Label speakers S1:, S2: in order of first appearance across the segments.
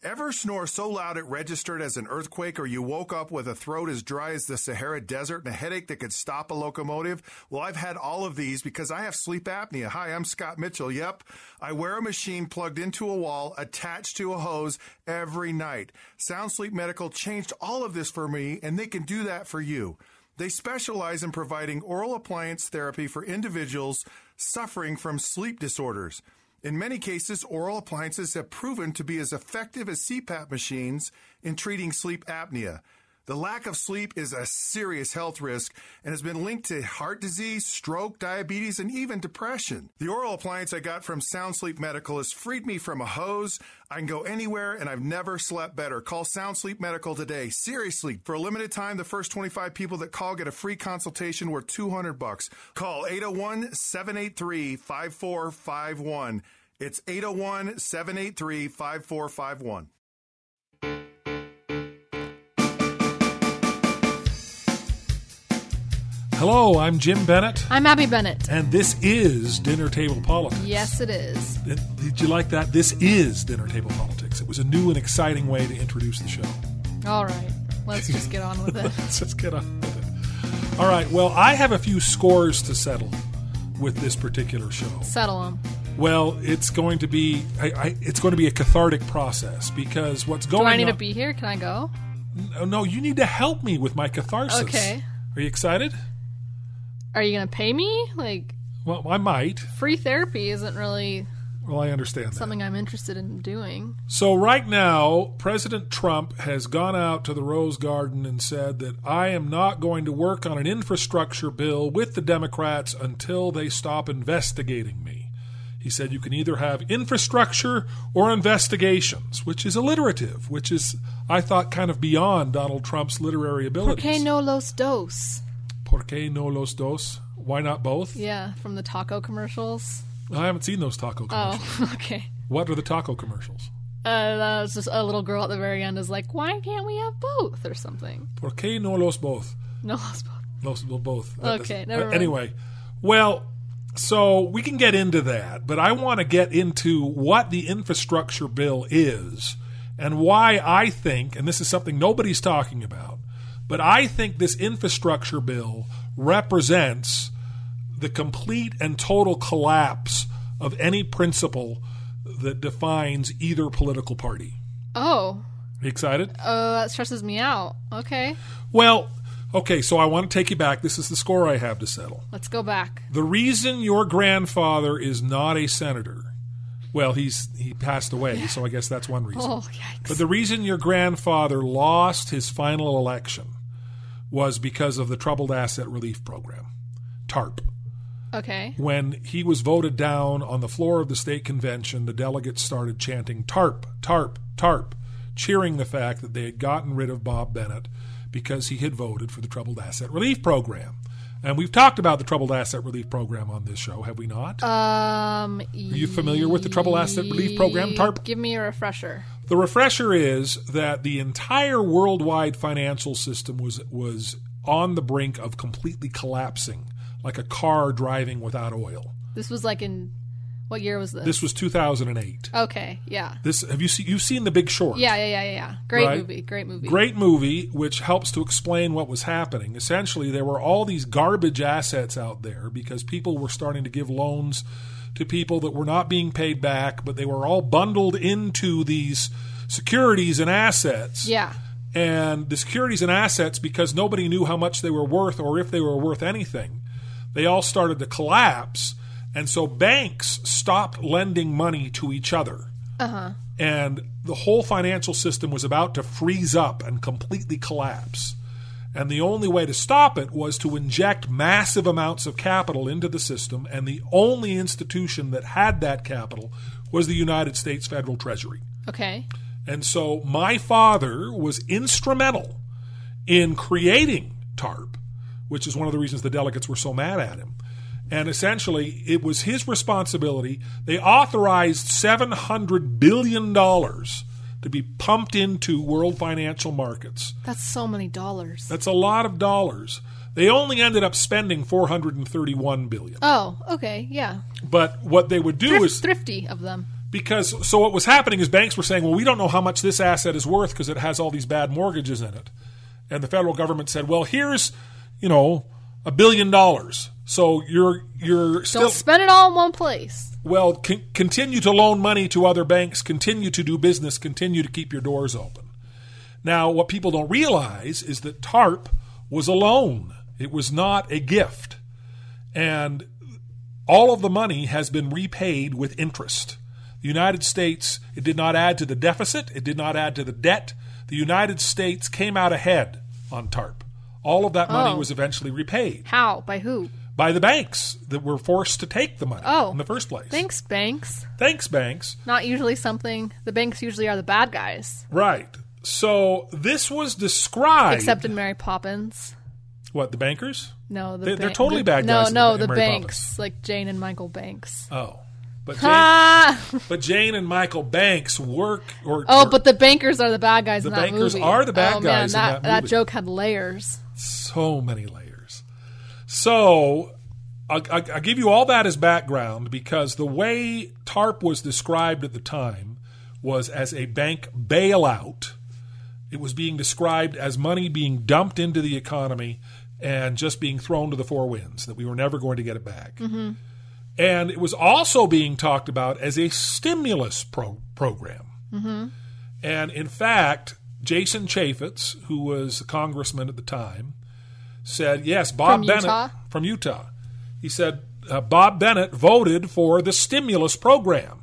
S1: Ever snore so loud it registered as an earthquake, or you woke up with a throat as dry as the Sahara Desert and a headache that could stop a locomotive? Well, I've had all of these because I have sleep apnea. Hi, I'm Scott Mitchell. Yep. I wear a machine plugged into a wall attached to a hose every night. Sound Sleep Medical changed all of this for me, and they can do that for you. They specialize in providing oral appliance therapy for individuals suffering from sleep disorders. In many cases, oral appliances have proven to be as effective as CPAP machines in treating sleep apnea. The lack of sleep is a serious health risk and has been linked to heart disease, stroke, diabetes, and even depression. The oral appliance I got from Sound Sleep Medical has freed me from a hose. I can go anywhere and I've never slept better. Call Sound Sleep Medical today. Seriously, for a limited time, the first 25 people that call get a free consultation worth 200 bucks. Call 801-783-5451. It's 801-783-5451.
S2: Hello, I'm Jim Bennett,
S3: I'm Abby Bennett.
S2: and this is Dinner Table Politics.
S3: Yes, it is.
S2: Did did you like that? This is Dinner Table Politics. It was a new and exciting way to introduce the show.
S3: All right, let's just get on with it.
S2: Let's just get on with it. All right. Well, I have a few scores to settle with this particular show.
S3: Settle them.
S2: Well, it's going to be I, I, it's going to be a cathartic process because what's
S3: Do
S2: going
S3: I need
S2: on,
S3: to be here? Can I go?
S2: No, No, you need to help me with my catharsis.
S3: Okay.
S2: Are you excited?
S3: Are you going to pay me? Like,
S2: Well, I might.
S3: free therapy isn't really
S2: Well, I understand that.
S3: something I'm interested in doing.
S2: So, right now, President Trump has gone out to the Rose Garden and said that I am not going to work on an infrastructure bill with the Democrats until they stop investigating me. He said you can either have infrastructure or investigations, which is alliterative, which is, I thought, kind of beyond Donald Trump's literary
S3: ¿Por
S2: abilities.
S3: qué no los dos?
S2: ¿Por qué no los dos? Why not both?
S3: Yeah, from the taco commercials.
S2: I haven't seen those taco commercials.
S3: Oh, okay.
S2: What are the taco commercials?
S3: Uh, that was just a little girl at the very end is like, why can't we have both or something?
S2: ¿Por qué no los both?
S3: No los both.
S2: Most well, both. That
S3: Okay,
S2: doesn't-
S3: never
S2: uh,
S3: mind.
S2: Anyway, well, so we can get into that, but I want to get into what the infrastructure bill is and why I think, and this is something nobody's talking about, but I think this infrastructure bill represents the complete and total collapse of any principle that defines either political party.
S3: Oh,
S2: Excited?
S3: oh, that stresses me out. Okay,
S2: Well, okay, so I want to take you back. This is the score I have to settle.
S3: let's go back.
S2: The reason your grandfather is not a senator, well, he's he passed away, so I guess that's one reason.
S3: Oh, yikes.
S2: But the reason your grandfather lost his final election was because of the Troubled Asset Relief Program, TARP.
S3: Okay.
S2: When he was voted down on the floor of the state convention, the delegates started chanting TARP, TARP, TARP, cheering the fact that they had gotten rid of Bob Bennett because he had voted for the Troubled Asset Relief Program. And we've talked about the Troubled Asset Relief Program on this show, have we not?
S3: Um, Are
S2: you familiar with the Trouble Asset Relief Program, TARP?
S3: Give me a refresher.
S2: The refresher is that the entire worldwide financial system was was on the brink of completely collapsing, like a car driving without oil.
S3: This was like in what year was this?
S2: This was 2008.
S3: okay, yeah,
S2: This have you seen you've seen The Big Short?
S3: yeah, yeah, yeah, yeah, yeah. Great
S2: Right.
S3: movie, great movie.
S2: Great movie, which helps to explain what was happening. Essentially, there were all these garbage assets out there because people were starting to give loans to people that were not being paid back, but they were all bundled into these securities and assets.
S3: Yeah,
S2: and the securities and assets because nobody knew how much they were worth or if they were worth anything. They all started to collapse, and so banks stopped lending money to each other. And the whole financial system was about to freeze up and completely collapse. And the only way to stop it was to inject massive amounts of capital into the system, and the only institution that had that capital was the United States Federal Treasury.
S3: okay.
S2: And so my father was instrumental in creating TARP, which is one of the reasons the delegates were so mad at him. And essentially, it was his responsibility. They authorized $700 billion to be pumped into world financial markets.
S3: That's so many dollars.
S2: That's a lot of dollars. They only ended up spending 431 billion.
S3: Oh, okay, yeah.
S2: But what they would do
S3: Thrift,
S2: is
S3: thrifty of them.
S2: Because so what was happening is banks were saying, well, we don't know how much this asset is worth because it has all these bad mortgages in it. And the federal government said, well, here's, you know, a billion dollars. So you're you're still
S3: Don't spend it all in one place.
S2: well con- continue to loan money to other banks, continue to do business, continue to keep your doors open. Now, what people don't realize is that TARP was a loan. It was not a gift. And all of the money has been repaid with interest. The United States, it did not add to the deficit, it did not add to the debt. The United States came out ahead on TARP. All of that money
S3: Oh.
S2: was eventually repaid
S3: How? By who?
S2: by the banks that were forced to take the money
S3: Oh.
S2: in the first place.
S3: Thanks, banks.
S2: Thanks, banks.
S3: Not usually something. The banks usually are the bad guys,
S2: Right. So this was described.
S3: except in Mary Poppins.
S2: what the bankers?
S3: No, the
S2: They- they're
S3: ban-
S2: totally
S3: the-
S2: bad
S3: No,
S2: guys in
S3: no,
S2: the- in
S3: the
S2: Mary
S3: banks, like Jane and Michael Banks.
S2: Oh, but Jane,
S3: Ah!
S2: but Jane and Michael Banks work or
S3: Oh,
S2: or-
S3: but the bankers are the bad guys
S2: The
S3: in that
S2: bankers
S3: movie.
S2: are the bad
S3: oh,
S2: guys in
S3: Man,
S2: that movie.
S3: joke had layers.
S2: so many layers. So I, I, I give you all that as background because the way TARP was described at the time was as a bank bailout. It was being described as money being dumped into the economy and just being thrown to the four winds, that we were never going to get it back.
S3: Mm-hmm.
S2: And it was also being talked about as a stimulus pro- program. Mm-hmm. And in fact, Jason Chaffetz, who was a congressman at the time, said, yes, Bob
S3: From
S2: Bennett
S3: Utah?
S2: from Utah. He said, uh, Bob Bennett voted for the stimulus program.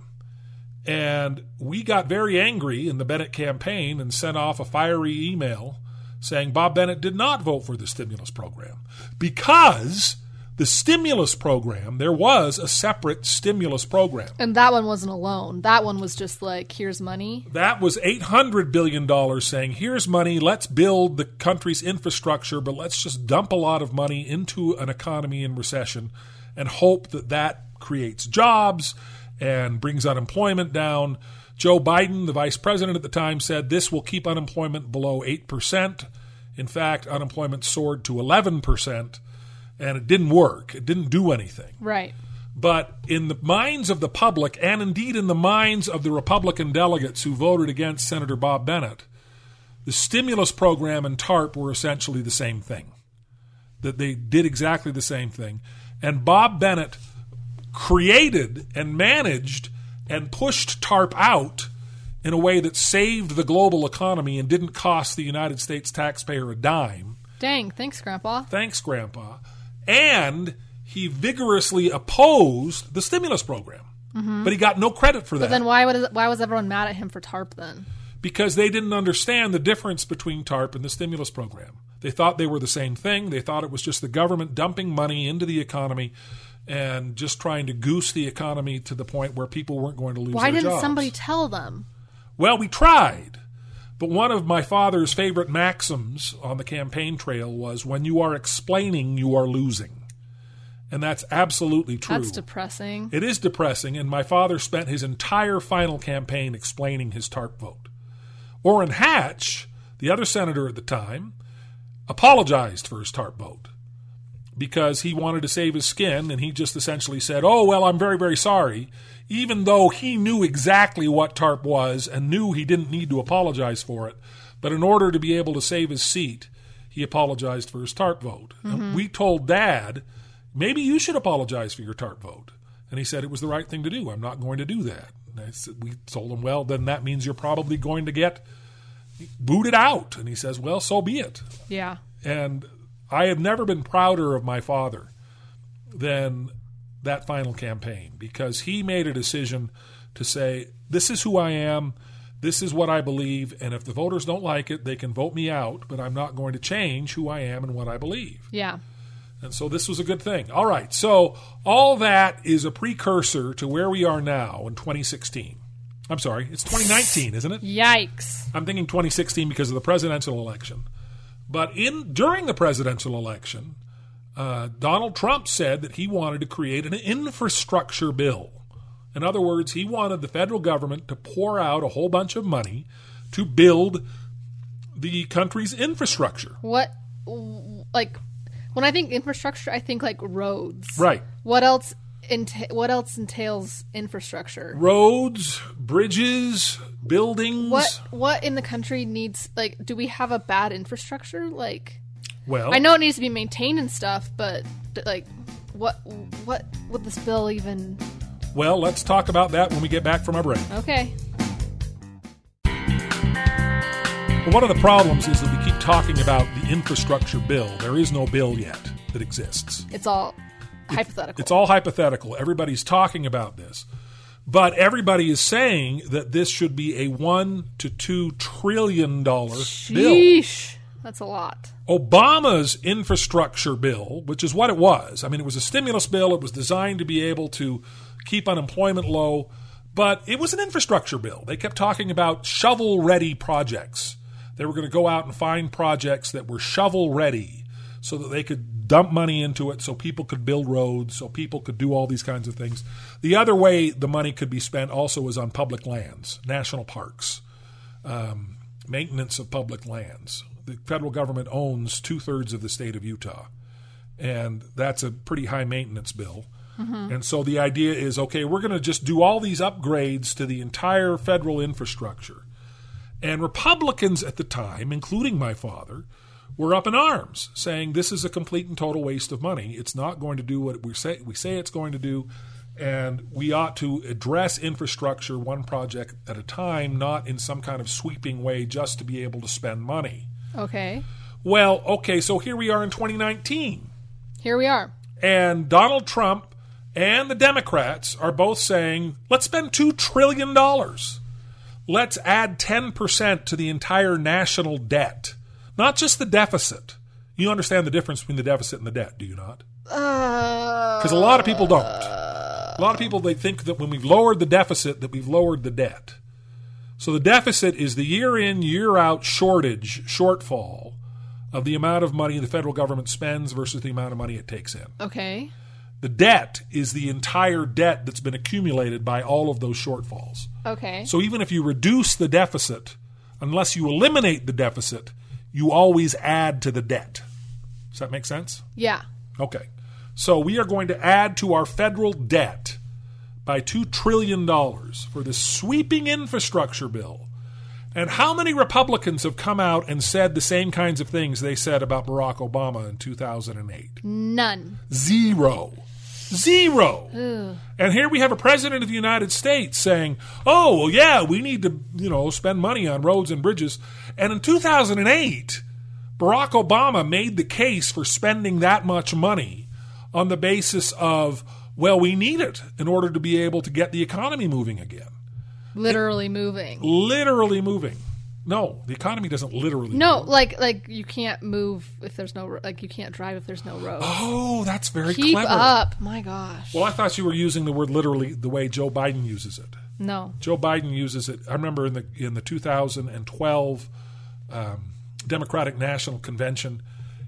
S2: And we got very angry in the Bennett campaign and sent off a fiery email saying Bob Bennett did not vote for the stimulus program because the stimulus program, there was a separate stimulus program.
S3: And that one wasn't alone. That one was just like, here's money.
S2: That was $800 billion saying, here's money, let's build the country's infrastructure, but let's just dump a lot of money into an economy in recession and hope that that creates jobs and brings unemployment down. Joe Biden, the vice president at the time, said this will keep unemployment below 8%. In fact, unemployment soared to 11%, and it didn't work. It didn't do anything
S3: Right.
S2: but in the minds of the public and indeed in the minds of the Republican delegates who voted against Senator Bob Bennett, the stimulus program and TARP were essentially the same thing. That they did exactly the same thing. And Bob Bennett created and managed and pushed TARP out in a way that saved the global economy and didn't cost the United States taxpayer a dime
S3: Dang, thanks, Grandpa.
S2: thanks, Grandpa. And he vigorously opposed the stimulus program. But he got no credit for that
S3: Mm-hmm. Then why would, why was everyone mad at him for TARP then?
S2: because they didn't understand the difference between TARP and the stimulus program. They thought they were the same thing. They thought it was just the government dumping money into the economy and just trying to goose the economy to the point where people weren't going to lose
S3: Why
S2: their
S3: didn't
S2: jobs.
S3: somebody tell them?
S2: Well, we tried. But one of my father's favorite maxims on the campaign trail was when you are explaining, you are losing. And that's absolutely true.
S3: That's depressing.
S2: it is depressing, and my father spent his entire final campaign explaining his TARP vote. Orrin Hatch, the other senator at the time, apologized for his TARP vote because he wanted to save his skin, and he just essentially said, Oh, well, I'm very, very sorry, even though he knew exactly what TARP was and knew he didn't need to apologize for it. But in order to be able to save his seat, he apologized for his TARP vote. And we told Dad, Maybe you should apologize for your TARP vote. And he said it was the right thing to do. I'm not going to do that. And I said, we told him, Well, then that means you're probably going to get booted out. And he says, Well, so be it
S3: Yeah.
S2: and I have never been prouder of my father than that final campaign because he made a decision to say, This is who I am, this is what I believe, and if the voters don't like it, they can vote me out, but I'm not going to change who I am and what I believe.
S3: Yeah.
S2: And so this was a good thing. All right, so all that is a precursor to where we are now in 2016. I'm sorry, it's 2019, isn't it?
S3: Yikes.
S2: I'm thinking 2016 because of the presidential election. But in during the presidential election, uh, Donald Trump said that he wanted to create an infrastructure bill. In other words, he wanted the federal government to pour out a whole bunch of money to build the country's infrastructure.
S3: What, like, when I think infrastructure, I think like roads.
S2: Right.
S3: What else enta- what else entails infrastructure?
S2: Roads, bridges, buildings.
S3: What what in the country needs like do we have a bad infrastructure? Like
S2: Well,
S3: I know it needs to be maintained and stuff, but d- like what what would this bill even
S2: Well, let's talk about that when we get back from our break.
S3: Okay.
S2: But one of the problems is that we keep talking about the infrastructure bill. There is no bill yet that exists.
S3: It's all hypothetical.
S2: It's all hypothetical. Everybody's talking about this. But everybody is saying that this should be a 1 to 2 trillion dollar bill.
S3: Sheesh. That's a lot.
S2: Obama's infrastructure bill, which is what it was. I mean, it was a stimulus bill. It was designed to be able to keep unemployment low, but it was an infrastructure bill. They kept talking about shovel ready projects. They were going to go out and find projects that were shovel ready so that they could dump money into it so people could build roads, so people could do all these kinds of things. The other way the money could be spent also was on public lands, national parks maintenance of public lands. The federal government owns two thirds of the state of Utah, and that's a pretty high maintenance bill. And so the idea is okay, we're going to just do all these upgrades to the entire federal infrastructure. And Republicans at the time, including my father, were up in arms saying this is a complete and total waste of money. It's not going to do what we say we say it's going to do and we ought to address infrastructure one project at a time, not in some kind of sweeping way just to be able to spend money.
S3: Okay.
S2: Well, okay, so here we are in 2019
S3: Here we are.
S2: and Donald Trump and the Democrats are both saying, let's spend $2 trillion. Let's add 10% to the entire national debt, not just the deficit. You understand the difference between the deficit and the debt, do you not? Because a lot of people don't. A lot of people, they think that when we've lowered the deficit, that we've lowered the debt. So the deficit is the year in, year out shortage, shortfall of the amount of money the federal government spends versus the amount of money it takes in.
S3: Okay.
S2: The debt is the entire debt that's been accumulated by all of those shortfalls.
S3: Okay.
S2: So even if you reduce the deficit, unless you eliminate the deficit, you always add to the debt. Does that make sense?
S3: yeah.
S2: Okay. So we are going to add to our federal debt by $2 trillion for this sweeping infrastructure bill. And how many Republicans have come out and said the same kinds of things they said about Barack Obama in 2008?
S3: None.
S2: Zero. Zero. And here we have a president of the United States saying, "Oh, well, yeah, we need to, you know, spend money on roads and bridges." And in 2008, Barack Obama made the case for spending that much money on the basis of, well, we need it in order to be able to get the economy moving again.
S3: Literally moving.
S2: Literally moving. No, the economy doesn't literally.
S3: No, like like you can't move if there's no ro- like you can't drive if there's no road.
S2: Oh, that's very
S3: Keep
S2: clever.
S3: up. My gosh.
S2: Well, I thought you were using the word literally the way Joe Biden uses it.
S3: No.
S2: Joe Biden uses it. I remember in the in the 2012 um, Democratic National Convention,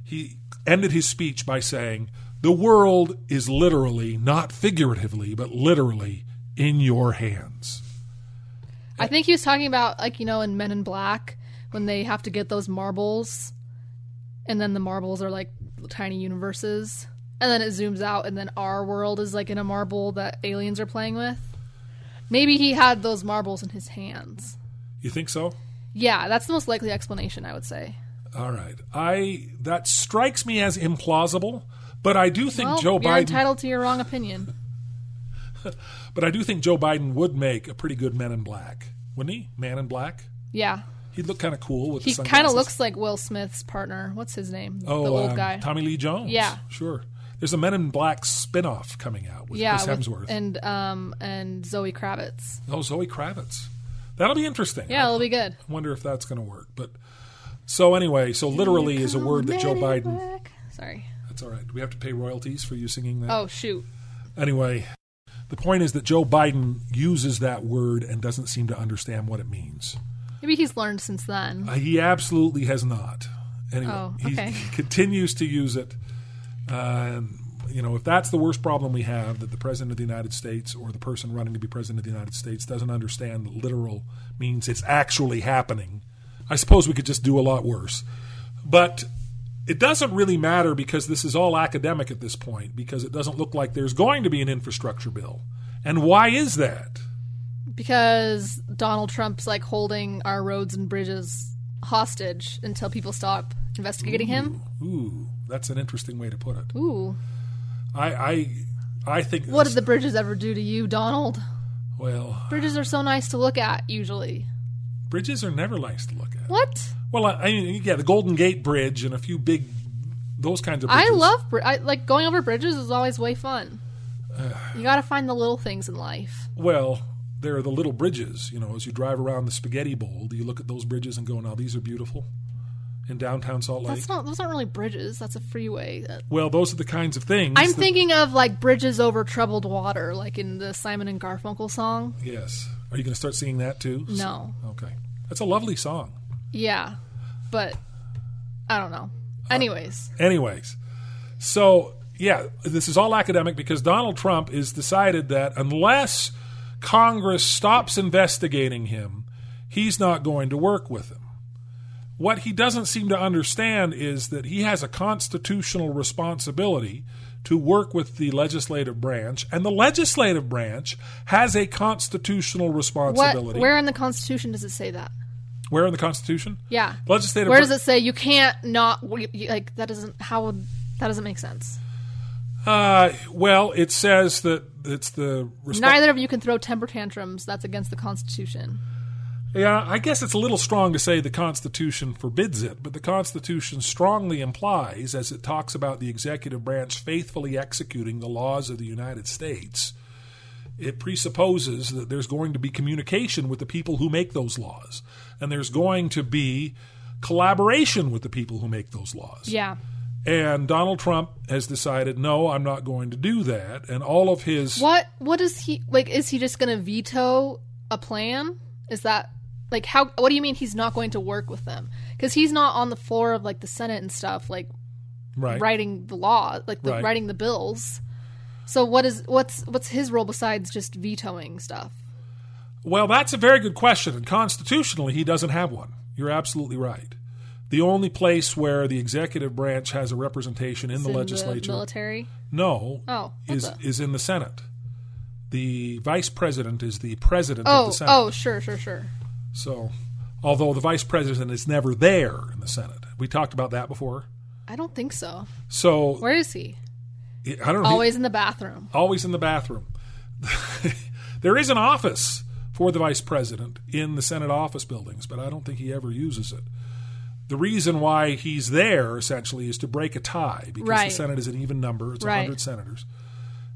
S2: he ended his speech by saying, "The world is literally, not figuratively, but literally, in your hands."
S3: I think he was talking about like you know in Men in Black when they have to get those marbles, and then the marbles are like tiny universes, and then it zooms out, and then our world is like in a marble that aliens are playing with. Maybe he had those marbles in his hands.
S2: You think so?
S3: Yeah, that's the most likely explanation I would say.
S2: All right. I that strikes me as implausible, but I do think
S3: Well,
S2: Joe
S3: you're
S2: Biden.
S3: entitled to your wrong opinion.
S2: But I do think Joe Biden would make a pretty good Man in Black, wouldn't he? Man in Black.
S3: Yeah,
S2: He'd look kind of cool with
S3: he
S2: the
S3: kind of
S2: sunglasses.
S3: looks like Will Smith's partner. What's his name?
S2: Oh,
S3: the old
S2: um,
S3: guy.
S2: Tommy Lee Jones.
S3: Yeah.
S2: sure. There's a Men in Black spin-off coming out with
S3: yeah,
S2: Chris
S3: with-
S2: Hemsworth.
S3: and um and Zoe Kravitz.
S2: oh, Zoe Kravitz. That'll be interesting.
S3: Yeah, it'll be good.
S2: I wonder if that's going to work. But so anyway, so literally is a word that Joe Biden.
S3: Sorry.
S2: That's all right. Do we have to pay royalties for you singing that?
S3: Oh shoot.
S2: Anyway, the point is that Joe Biden uses that word and doesn't seem to understand what it means.
S3: Maybe he's learned since then.
S2: Uh, he absolutely has not. Anyway,
S3: Oh,
S2: he-
S3: okay.
S2: he, continues to use it. Uh, and, you know, if that's the worst problem we have, that the president of the United States or the person running to be president of the United States doesn't understand that literal means it's actually happening, I suppose we could just do a lot worse. But It doesn't really matter because this is all academic at this point because it doesn't look like there's going to be an infrastructure bill. And why is that?
S3: because Donald Trump's like holding our roads and bridges hostage until people stop investigating him.
S2: Ooh, that's an interesting way to put it.
S3: Ooh.
S2: I I, I think
S3: What
S2: this-
S3: did the bridges ever do to you, Donald?
S2: well,
S3: Bridges are so nice to look at usually.
S2: bridges are never nice to look at.
S3: What?
S2: Well, I, I mean, yeah, the Golden Gate Bridge and a few big those kinds of
S3: I
S2: bridges.
S3: love bri- I, like going over bridges is always way fun. You got to find the little things in life.
S2: Well, there are the little bridges. You know, as you drive around the Spaghetti Bowl, do you look at those bridges and go, "Now these are beautiful"? In downtown Salt Lake.
S3: That's not those aren't really bridges. That's a freeway. Uh,
S2: well, those are the kinds of things.
S3: I'm
S2: that-
S3: thinking of like bridges over troubled water, like in the Simon and Garfunkel song.
S2: Yes. Are you going to start singing that too?
S3: No,
S2: Okay. That's a lovely song.
S3: yeah, but I don't know. Anyways,
S2: Anyways, so yeah, this is all academic because Donald Trump has decided that unless Congress stops investigating him, he's not going to work with him. What he doesn't seem to understand is that he has a constitutional responsibility to work with the legislative branch, and the legislative branch has a constitutional
S3: what?
S2: responsibility.
S3: Where in the Constitution does it say that?
S2: Where in the Constitution?
S3: Yeah.
S2: Legislative.
S3: Where
S2: br-
S3: does it say you can't not we- you- like that? Doesn't how would that doesn't make sense?
S2: Uh, well, it says that it's the respons-
S3: Neither of you can throw temper tantrums. That's against the Constitution.
S2: Yeah, I guess it's a little strong to say the Constitution forbids it, but the Constitution strongly implies, as it talks about the executive branch faithfully executing the laws of the United States, it presupposes that there's going to be communication with the people who make those laws, and there's going to be collaboration with the people who make those laws.
S3: Yeah.
S2: And Donald Trump has decided, no, I'm not going to do that. And all of his.
S3: What? What is he like? Is he just going to veto a plan? Is that like how? What do you mean he's not going to work with them? Because he's not on the floor of like the Senate and stuff, like
S2: Right.
S3: writing the law, like the,
S2: Right.
S3: writing the bills. So what is what's what's his role besides just vetoing stuff?
S2: Well, that's a very good question. And constitutionally, he doesn't have one. You're absolutely right. The only place where the executive branch has a representation in the
S3: In
S2: legislature,
S3: military.
S2: no,
S3: Oh, what
S2: is
S3: the-
S2: is in the Senate. The vice president is the president of
S3: Oh,
S2: the Senate.
S3: oh, sure, sure, sure.
S2: So, although the vice president is never there in the Senate, we talked about that before.
S3: I don't think so.
S2: So,
S3: Where is he?
S2: I don't know.
S3: Always in the bathroom.
S2: always in the bathroom. there is an office for the vice president in the Senate office buildings, but I don't think he ever uses it. The reason why he's there essentially is to break a tie because
S3: Right.
S2: the Senate is an even number, it's
S3: Right.
S2: 100 senators.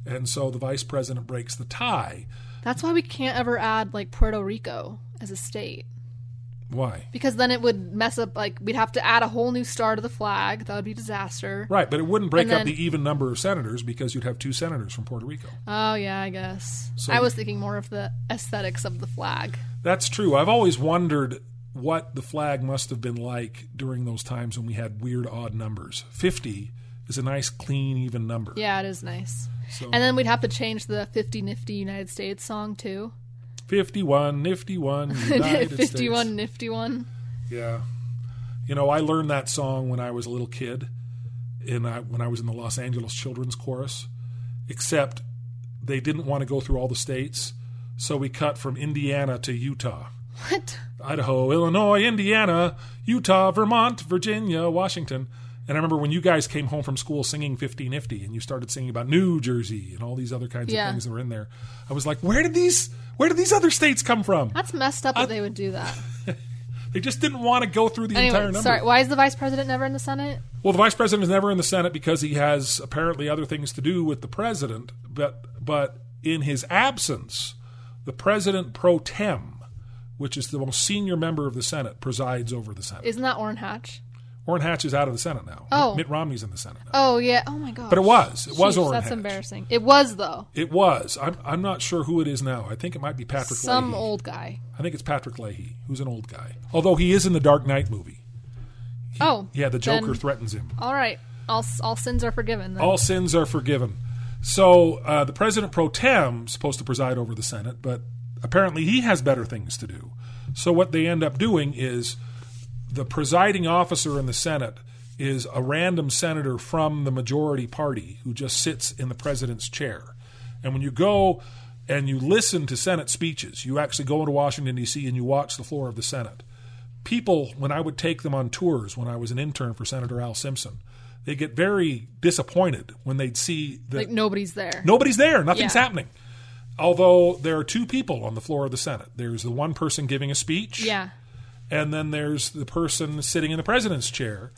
S2: And so the vice president breaks the tie.
S3: That's why we can't ever add like Puerto Rico as a state
S2: Why?
S3: because then it would mess up. Like we'd have to add a whole new star to the flag. That would be disaster.
S2: Right, but it wouldn't break
S3: And
S2: up
S3: then-
S2: the even number of senators because you'd have two senators from Puerto Rico.
S3: Oh yeah, I guess. I was thinking more of the aesthetics of the flag.
S2: That's true. I've always wondered what the flag must have been like during those times when we had weird odd numbers. 50 is a nice clean even number.
S3: Yeah, it is nice. And then we'd have to change the 50 nifty United States song too.
S2: 51, nifty one, United
S3: 51
S2: States.
S3: nifty one.
S2: Yeah. You know, I learned that song when I was a little kid and I, when I was in the Los Angeles Children's Chorus, except they didn't want to go through all the states, so we cut from Indiana to Utah.
S3: What?
S2: Idaho, Illinois, Indiana, Utah, Vermont, Virginia, Washington. And I remember when you guys came home from school singing 50 Nifty and you started singing about New Jersey and all these other kinds
S3: Yeah.
S2: of things that were in there. I was like, where did these where did these other states come from?
S3: That's messed up that they would do that.
S2: They just didn't want to go through the entire
S3: Anyway,
S2: number.
S3: sorry. Why is the vice president never in the Senate?
S2: Well, the vice president is never in the Senate because he has apparently other things to do with the president. But but in his absence, the president pro tem, which is the most senior member of the Senate, presides over the Senate.
S3: Isn't that Orrin Hatch?
S2: Orrin Hatch is out of the Senate now.
S3: Oh.
S2: Mitt Romney's in the Senate now.
S3: Oh yeah. Oh my god.
S2: But it was. It was
S3: Jeez,
S2: Orrin
S3: That's
S2: Hatch.
S3: embarrassing. It was though.
S2: It was. I'm, I'm not sure who it is now. I think it might be Patrick
S3: Some
S2: Leahy.
S3: old guy.
S2: I think it's Patrick Leahy, who's an old guy. Although he is in the Dark Knight movie.
S3: oh.
S2: Yeah, the
S3: then-
S2: Joker threatens him.
S3: all right. All all sins are forgiven. Then.
S2: All sins are forgiven. So uh, the president pro tem is supposed to preside over the Senate, but apparently he has better things to do. So what they end up doing is the presiding officer in the Senate is a random senator from the majority party who just sits in the president's chair. And when you go and you listen to Senate speeches, you actually go into Washington, D.C., and you watch the floor of the Senate. People, when I would take them on tours when I was an intern for Senator Al Simpson, they get very disappointed when they'd see that
S3: Like nobody's there.
S2: Nobody's there. Nothing's
S3: Yeah.
S2: happening. Although there are two people on the floor of the Senate. There's the one person giving a speech,
S3: Yeah.
S2: and then there's the person sitting in the president's chair.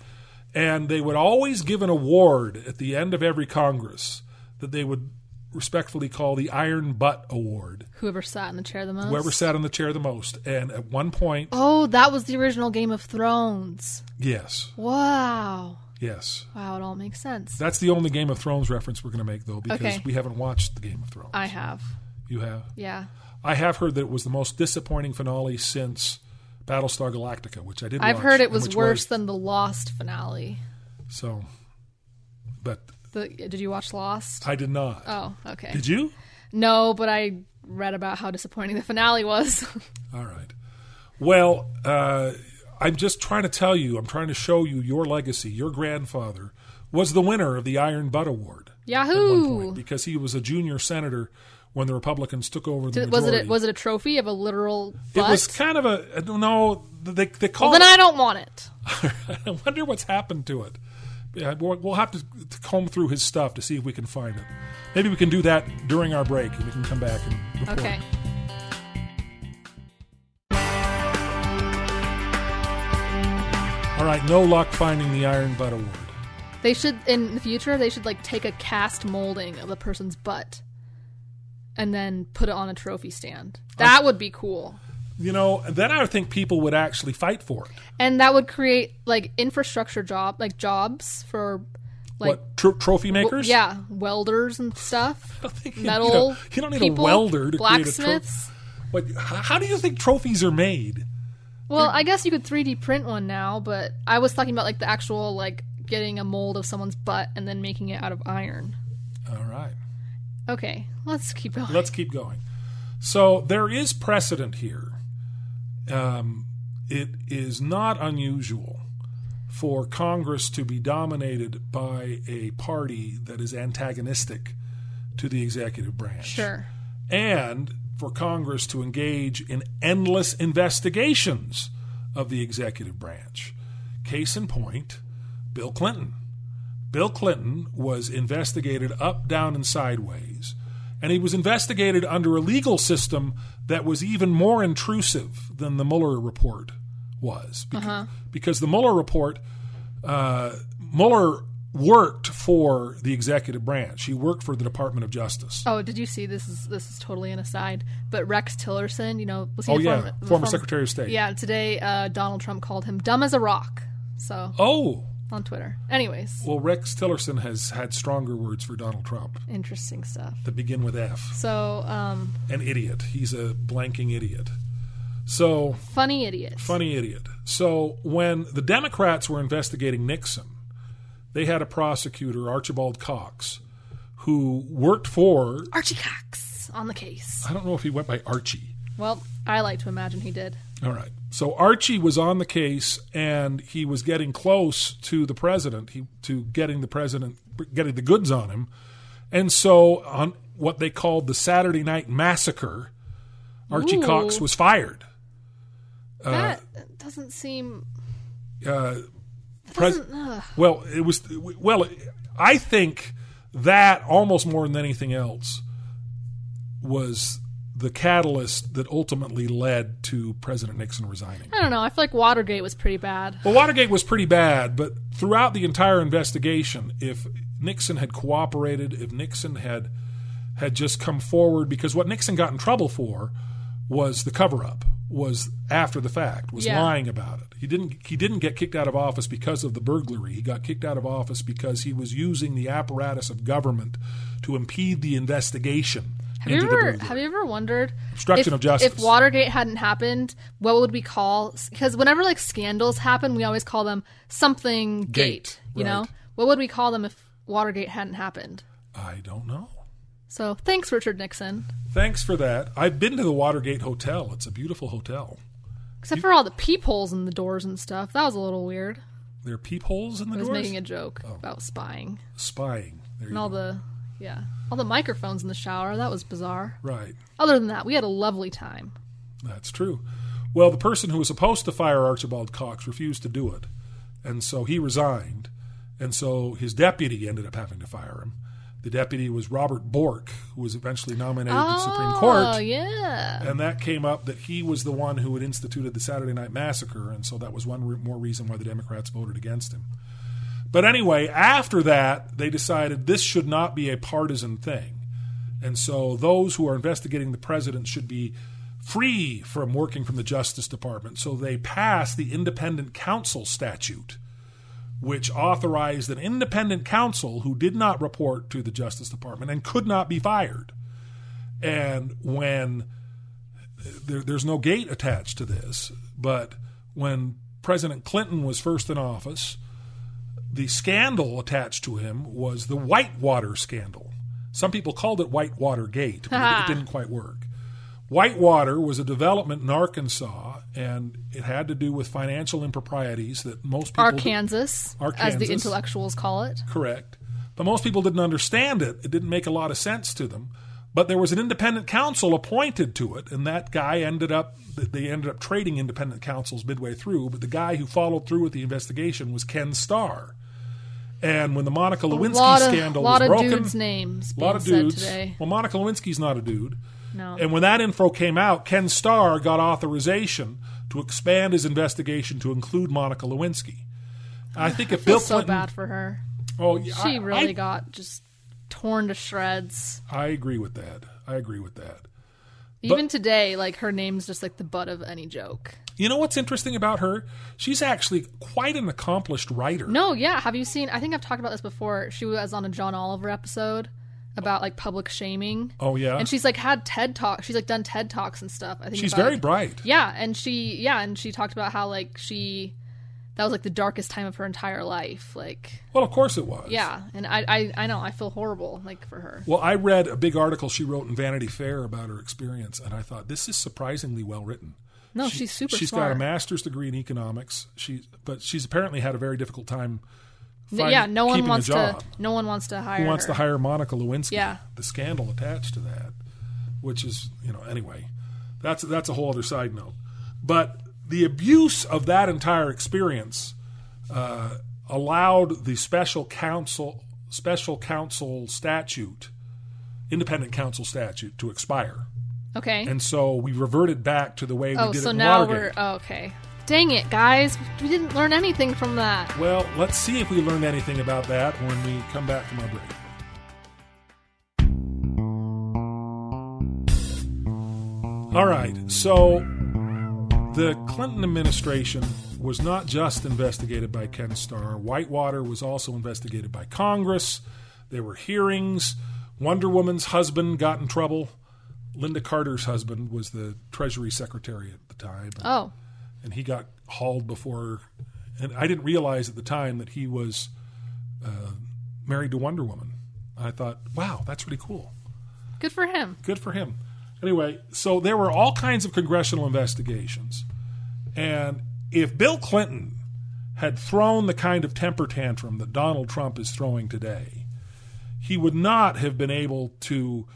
S2: And they would always give an award at the end of every Congress that they would respectfully call the Iron Butt Award.
S3: Whoever sat in the chair the most.
S2: Whoever sat in the chair the most. And at one point,
S3: Oh, that was the original Game of Thrones.
S2: yes,
S3: Wow.
S2: yes.
S3: Wow, it all makes sense.
S2: That's the only Game of Thrones reference we're going to make, though, because
S3: Okay.
S2: we haven't watched the Game of Thrones.
S3: I have.
S2: you have?
S3: Yeah.
S2: I have heard that it was the most disappointing finale since Battlestar Galactica, which I didn't.
S3: I've
S2: watch,
S3: heard it
S2: and
S3: was
S2: which
S3: worse than the Lost finale.
S2: so, but
S3: The, did you watch Lost?
S2: I did not.
S3: Oh, okay.
S2: did you?
S3: No, but I read about how disappointing the finale was.
S2: All right. Well, uh, I'm just trying to tell you. I'm trying to show you your legacy. Your grandfather was the winner of the Iron Butt Award
S3: Yahoo!
S2: because he was a junior senator when the Republicans took over the
S3: Did- was it
S2: majority.
S3: a, was it a trophy of a literal
S2: It
S3: butt?
S2: was Oh. kind of a I don't know. They they call
S3: well, then I don't want it.
S2: I wonder what's happened to it. Yeah, we'll we'll have to to comb through his stuff to see if we can find it. Maybe we can do that during our break and we can come back and report.
S3: Okay.
S2: All right, no luck finding the Iron Butt Award.
S3: They should in the future they should like take a cast molding of the person's butt and then put it on a trophy stand. That would be cool.
S2: You know, then I would think people would actually fight for it.
S3: And that would create like infrastructure job like jobs for like
S2: what, tro- trophy
S3: w-
S2: makers?
S3: yeah, welders and stuff.
S2: I think you
S3: metal.
S2: need a- you don't need a
S3: people,
S2: welder to create a trophy.
S3: blacksmiths.
S2: What, h- how do you think trophies are made?
S3: Well, I guess you could 3D print one now, but I was talking about like the actual like getting a mold of someone's butt and then making it out of iron.
S2: All right.
S3: Okay, let's keep going.
S2: Let's keep going. So there is precedent here. Um, it is not unusual for Congress to be dominated by a party that is antagonistic to the executive branch.
S3: sure.
S2: And for Congress to engage in endless investigations of the executive branch. Case in point, Bill Clinton. Bill Clinton was investigated up, down, and sideways. And he was investigated under a legal system that was even more intrusive than the Mueller report was. Beca- Because the Mueller report, uh, Mueller worked for the executive branch, he worked for the Department of Justice.
S3: Oh, did you see this is this is totally an aside, but Rex Tillerson, you know, was he
S2: Oh,
S3: the
S2: yeah,
S3: former, the
S2: former Secretary of State.
S3: Yeah, today uh, Donald Trump called him dumb as a rock. So
S2: Oh,
S3: on Twitter. Anyways,
S2: well, Rex Tillerson has had stronger words for Donald Trump
S3: interesting stuff.
S2: that begin with F.
S3: So, um,
S2: An idiot. He's a blanking idiot. So,
S3: funny idiot.
S2: funny idiot. So, when the Democrats were investigating Nixon, they had a prosecutor, Archibald Cox, who worked for,
S3: Archie Cox on the case.
S2: I don't know if he went by Archie.
S3: Well, I like to imagine he did.
S2: All right. So Archie was on the case, and he was getting close to the president, he, to getting the president, getting the goods on him. And so, on what they called the Saturday Night Massacre, Archie
S3: Ooh.
S2: Cox was fired.
S3: that doesn't seem
S2: Uh, pres-
S3: ugh.
S2: well, it was well. I think that almost more than anything else was the catalyst that ultimately led to President Nixon resigning.
S3: I don't know. I feel like Watergate was pretty bad.
S2: Well, Watergate was pretty bad, but throughout the entire investigation, if Nixon had cooperated, if Nixon had had just come forward, because what Nixon got in trouble for was the cover up, was after the fact, was
S3: Yeah.
S2: lying about it. He didn't he didn't get kicked out of office because of the burglary. He got kicked out of office because he was using the apparatus of government to impede the investigation
S3: Have you
S2: into the
S3: ever
S2: burglary.
S3: have you ever wondered
S2: Obstruction
S3: if,
S2: of justice.
S3: If Watergate hadn't happened, what would we call? Because whenever like scandals happen, we always call them something gate.
S2: Gate,
S3: you know,
S2: right.
S3: what would we call them if Watergate hadn't happened?
S2: I don't know.
S3: So thanks, Richard Nixon.
S2: Thanks for that. I've been to the Watergate Hotel. It's a beautiful hotel.
S3: Except for all the peepholes in the doors and stuff, that was a little weird.
S2: There are peepholes in the
S3: I was
S2: doors. Oh.
S3: making a joke about spying
S2: Spying. There you
S3: and all
S2: go.
S3: the yeah all the microphones in the shower. That was bizarre.
S2: right.
S3: Other than that, we had a lovely time.
S2: That's true. Well, the person who was supposed to fire Archibald Cox refused to do it, and so he resigned, and so his deputy ended up having to fire him. The deputy was Robert Bork, who was eventually nominated to the Supreme
S3: Oh
S2: Court,
S3: yeah,
S2: and that came up that he was the one who had instituted the Saturday Night Massacre, and so that was one re- more reason why the Democrats voted against him. But anyway, after that, they decided this should not be a partisan thing. And so those who are investigating the president should be free from working from the Justice Department. So they passed the independent counsel statute, which authorized an independent counsel who did not report to the Justice Department and could not be fired. And when there, there's no gate attached to this, but when President Clinton was first in office, the scandal attached to him was the Whitewater scandal. Some people called it Whitewater Gate, but it- it didn't quite work. Whitewater was a development in Arkansas, and it had to do with financial improprieties that most people
S3: Arkansas, as
S2: Arkansas.
S3: the intellectuals call it.
S2: correct. But most people didn't understand it. It didn't make a lot of sense to them. But there was an independent counsel appointed to it, and that guy ended up they ended up trading independent counsels midway through. But the guy who followed through with the investigation was Ken Starr. And when the Monica Lewinsky
S3: lot of,
S2: scandal
S3: lot
S2: was
S3: of
S2: broken,
S3: dudes' names.
S2: a lot
S3: being
S2: of
S3: said
S2: dudes.
S3: today.
S2: Well, Monica Lewinsky's not a dude.
S3: No.
S2: And when that info came out, Ken Starr got authorization to expand his investigation to include Monica Lewinsky. I think if Bill
S3: Feel so
S2: Clinton,
S3: bad for her.
S2: oh, yeah, I-
S3: She really
S2: I
S3: got just torn to shreds.
S2: I agree with that. I agree with that.
S3: Even today, like her name's just like the butt of any joke.
S2: You know what's interesting about her? She's actually quite an accomplished writer.
S3: No, yeah. Have you seen? I think I've talked about this before. She was on a John Oliver episode about like public shaming,
S2: Oh yeah.
S3: and she's like had TED talk. She's like done TED talks and stuff. I think
S2: she's
S3: about,
S2: very
S3: like-
S2: bright.
S3: Yeah, and she yeah, and she talked about how like she that was like the darkest time of her entire life. Like
S2: Well, of course it was.
S3: yeah, and I I, I know I feel horrible like for her.
S2: Well, I read a big article she wrote in Vanity Fair about her experience and I thought this is surprisingly well written.
S3: No, she's super.
S2: She's
S3: smart.
S2: got a master's degree in economics. She but she's apparently had a very difficult time
S3: N-
S2: finding-
S3: yeah, no one
S2: keeping a
S3: wants to.
S2: job.
S3: No one wants to hire.
S2: Who wants to
S3: her.
S2: hire Monica Lewinsky?
S3: Yeah.
S2: The scandal attached to that, which is, you know, anyway, that's that's a whole other side note. But the abuse of that entire experience uh, allowed the special counsel special counsel statute, independent counsel statute, to expire,
S3: Okay.
S2: and so we reverted back to the way
S3: oh,
S2: we did
S3: so
S2: it in
S3: now we're
S2: Watergate.
S3: oh, okay. Dang it, guys! We didn't learn anything from that.
S2: Well, let's see if we learned anything about that when we come back from our break. All right, so the Clinton administration was not just investigated by Ken Starr. Whitewater was also investigated by Congress. There were hearings. Wonder Woman's husband got in trouble. Linda Carter's husband was the Treasury Secretary at the time
S3: Oh,
S2: and he got hauled before. And I didn't realize at the time that he was uh, married to Wonder Woman. I thought, wow, that's really cool.
S3: good for him.
S2: Good for him. Anyway, so there were all kinds of congressional investigations. And if Bill Clinton had thrown the kind of temper tantrum that Donald Trump is throwing today, he would not have been able to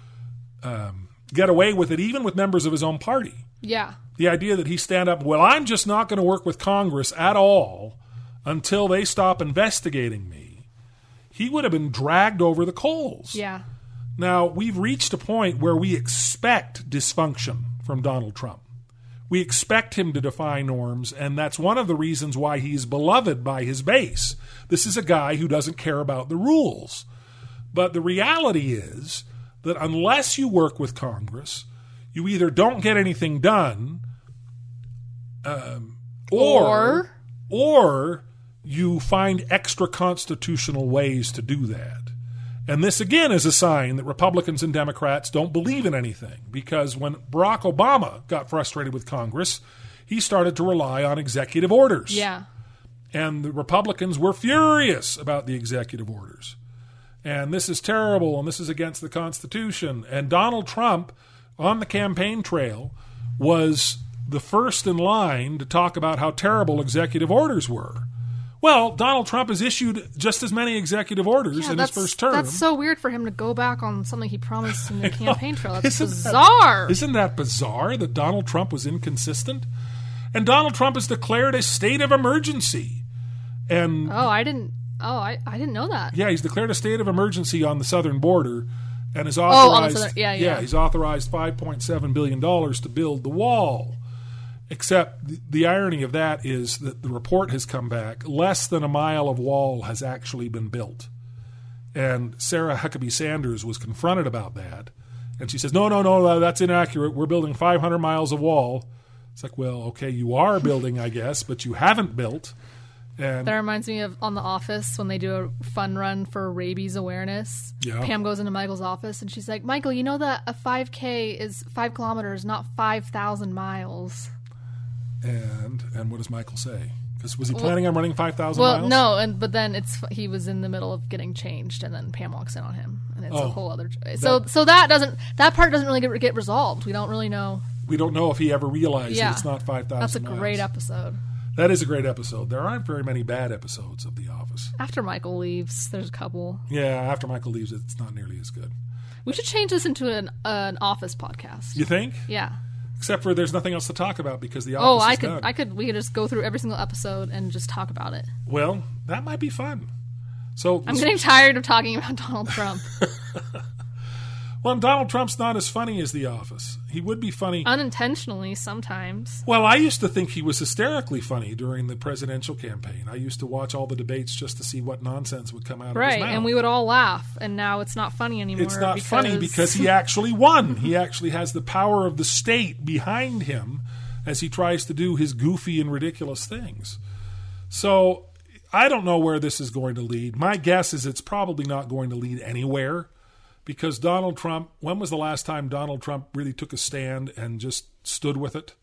S2: um, get away with it, even with members of his own party
S3: Yeah,
S2: the idea that he stand up, well, I'm just not going to work with Congress at all until they stop investigating me, he would have been dragged over the coals.
S3: yeah.
S2: Now, we've reached a point where we expect dysfunction from Donald Trump. We expect him to defy norms, and that's one of the reasons why he's beloved by his base. This is a guy who doesn't care about the rules. But the reality is that unless you work with Congress, you either don't get anything done, um, or, or you find extra constitutional ways to do that. And this again is a sign that Republicans and Democrats don't believe in anything because when Barack Obama got frustrated with Congress, he started to rely on executive orders.
S3: Yeah.
S2: And the Republicans were furious about the executive orders. And this is terrible and this is against the Constitution. And Donald Trump on the campaign trail was the first in line to talk about how terrible executive orders were. Well, Donald Trump has issued just as many executive orders
S3: Yeah,
S2: in his
S3: that's,
S2: first term.
S3: that's so weird for him to go back on something he promised in the campaign trail. That's
S2: Isn't that-
S3: bizarre.
S2: Isn't that bizarre that Donald Trump was inconsistent? And Donald Trump has declared a state of emergency. And
S3: oh, I didn't. Oh, I, I didn't know that.
S2: yeah, he's declared a state of emergency on the southern border and is
S3: Oh, on the
S2: authorized
S3: southern- yeah, yeah.
S2: he's authorized 5.7 billion dollars to build the wall. Except the, the irony of that is that the report has come back less than a mile of wall has actually been built. And Sarah Huckabee Sanders was confronted about that. And she says, No, no, no, that's inaccurate. We're building 500 miles of wall. It's like, Well, okay, you are building, I guess, but you haven't built. And
S3: That reminds me of on The Office when they do a fun run for rabies awareness.
S2: Yeah.
S3: Pam goes into Michael's office and she's like, Michael, you know that a 5K is five kilometers, not 5,000 miles.
S2: And and what does Michael say? Because was he planning on running five thousand
S3: Well,
S2: miles?
S3: no, and but then it's he was in the middle of getting changed, and then Pam walks in on him, and it's
S2: Oh.
S3: a whole other. So so that doesn't that part doesn't really get, get resolved. We don't really know.
S2: We don't know if he ever realized
S3: Yeah.
S2: that it's not five thousand.
S3: That's a great episode.
S2: That is a great episode. There aren't very many bad episodes of The Office.
S3: After Michael leaves, there's a couple.
S2: Yeah, after Michael leaves, it's not nearly as good.
S3: We should change this into an an office podcast.
S2: You think?
S3: Yeah.
S2: Except for there's nothing else to talk about because The
S3: Oh,
S2: Office.
S3: I
S2: is
S3: could
S2: done.
S3: I could we could just go through every single episode and just talk about it.
S2: Well, that might be fun. So
S3: I'm getting tired of talking about Donald Trump.
S2: well, Donald Trump's not as funny as The Office. He would be funny.
S3: Uh, Unintentionally sometimes.
S2: Well, I used to think he was hysterically funny during the presidential campaign. I used to watch all the debates just to see what nonsense would come out of his
S3: Right.
S2: mouth.
S3: And we would all laugh and now it's not funny anymore.
S2: it's not funny because he actually won. he actually has the power of the state behind him as he tries to do his goofy and ridiculous things. So I don't know where this is going to lead. My guess is it's probably not going to lead anywhere because Donald Trump, when was the last time Donald Trump really took a stand and just stood with it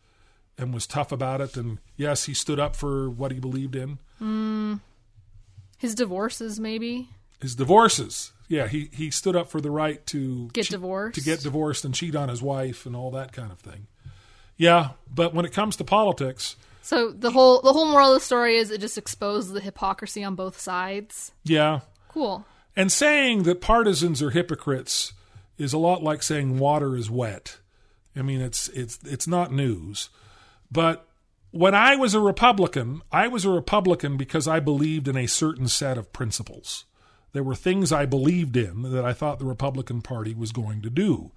S2: and was tough about it? And yes, he stood up for what he believed in.
S3: his divorces maybe.
S2: his divorces. Yeah, he, he stood up for the right to
S3: Get
S2: che-
S3: divorced.
S2: to get divorced and cheat on his wife and all that kind of thing. Yeah, but when it comes to politics,
S3: So the whole the whole moral of the story is it just exposed the hypocrisy on both sides.
S2: yeah,
S3: Cool.
S2: and saying that partisans are hypocrites is a lot like saying water is wet. I mean, it's it's it's not news. But when I was a Republican, I was a Republican because I believed in a certain set of principles. There were things I believed in that I thought the Republican Party was going to do.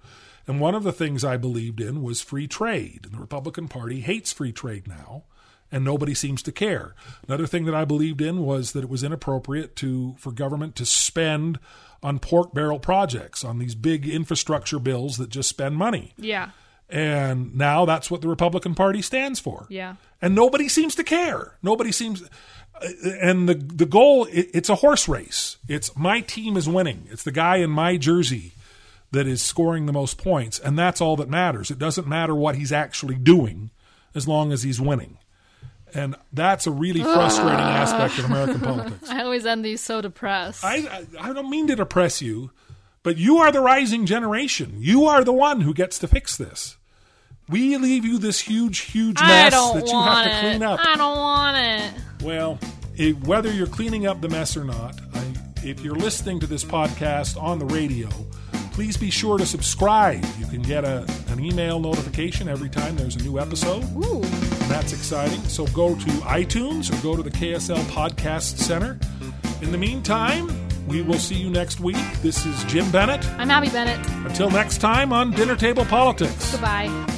S2: And one of the things I believed in was free trade. And the Republican Party hates free trade now, and nobody seems to care. Another thing that I believed in was that it was inappropriate to for government to spend on pork barrel projects, on these big infrastructure bills that just spend money.
S3: Yeah.
S2: And now that's what the Republican Party stands for.
S3: Yeah.
S2: And nobody seems to care. Nobody seems. And the the goal it, it's a horse race. It's my team is winning. It's the guy in my jersey that is scoring the most points, and that's all that matters. It doesn't matter what he's actually doing, as long as he's winning. And that's a really
S3: Ah.
S2: frustrating aspect of American politics.
S3: I always end these so depressed.
S2: I, I I don't mean to depress you, but you are the rising generation. You are the one who gets to fix this. We leave you this huge, huge
S3: I
S2: mess
S3: don't
S2: that you have
S3: want
S2: to
S3: it.
S2: clean up.
S3: I don't want it.
S2: Well, it, whether you're cleaning up the mess or not, I, if you're listening to this podcast on the radio, please be sure to subscribe. You can get a, an email notification every time there's a new episode.
S3: Ooh.
S2: And That's exciting. So go to iTunes or go to the KSL Podcast Center. In the meantime, we will see you next week. This is Jim Bennett.
S3: I'm Abby Bennett.
S2: Until next time on Dinner Table Politics.
S3: Goodbye.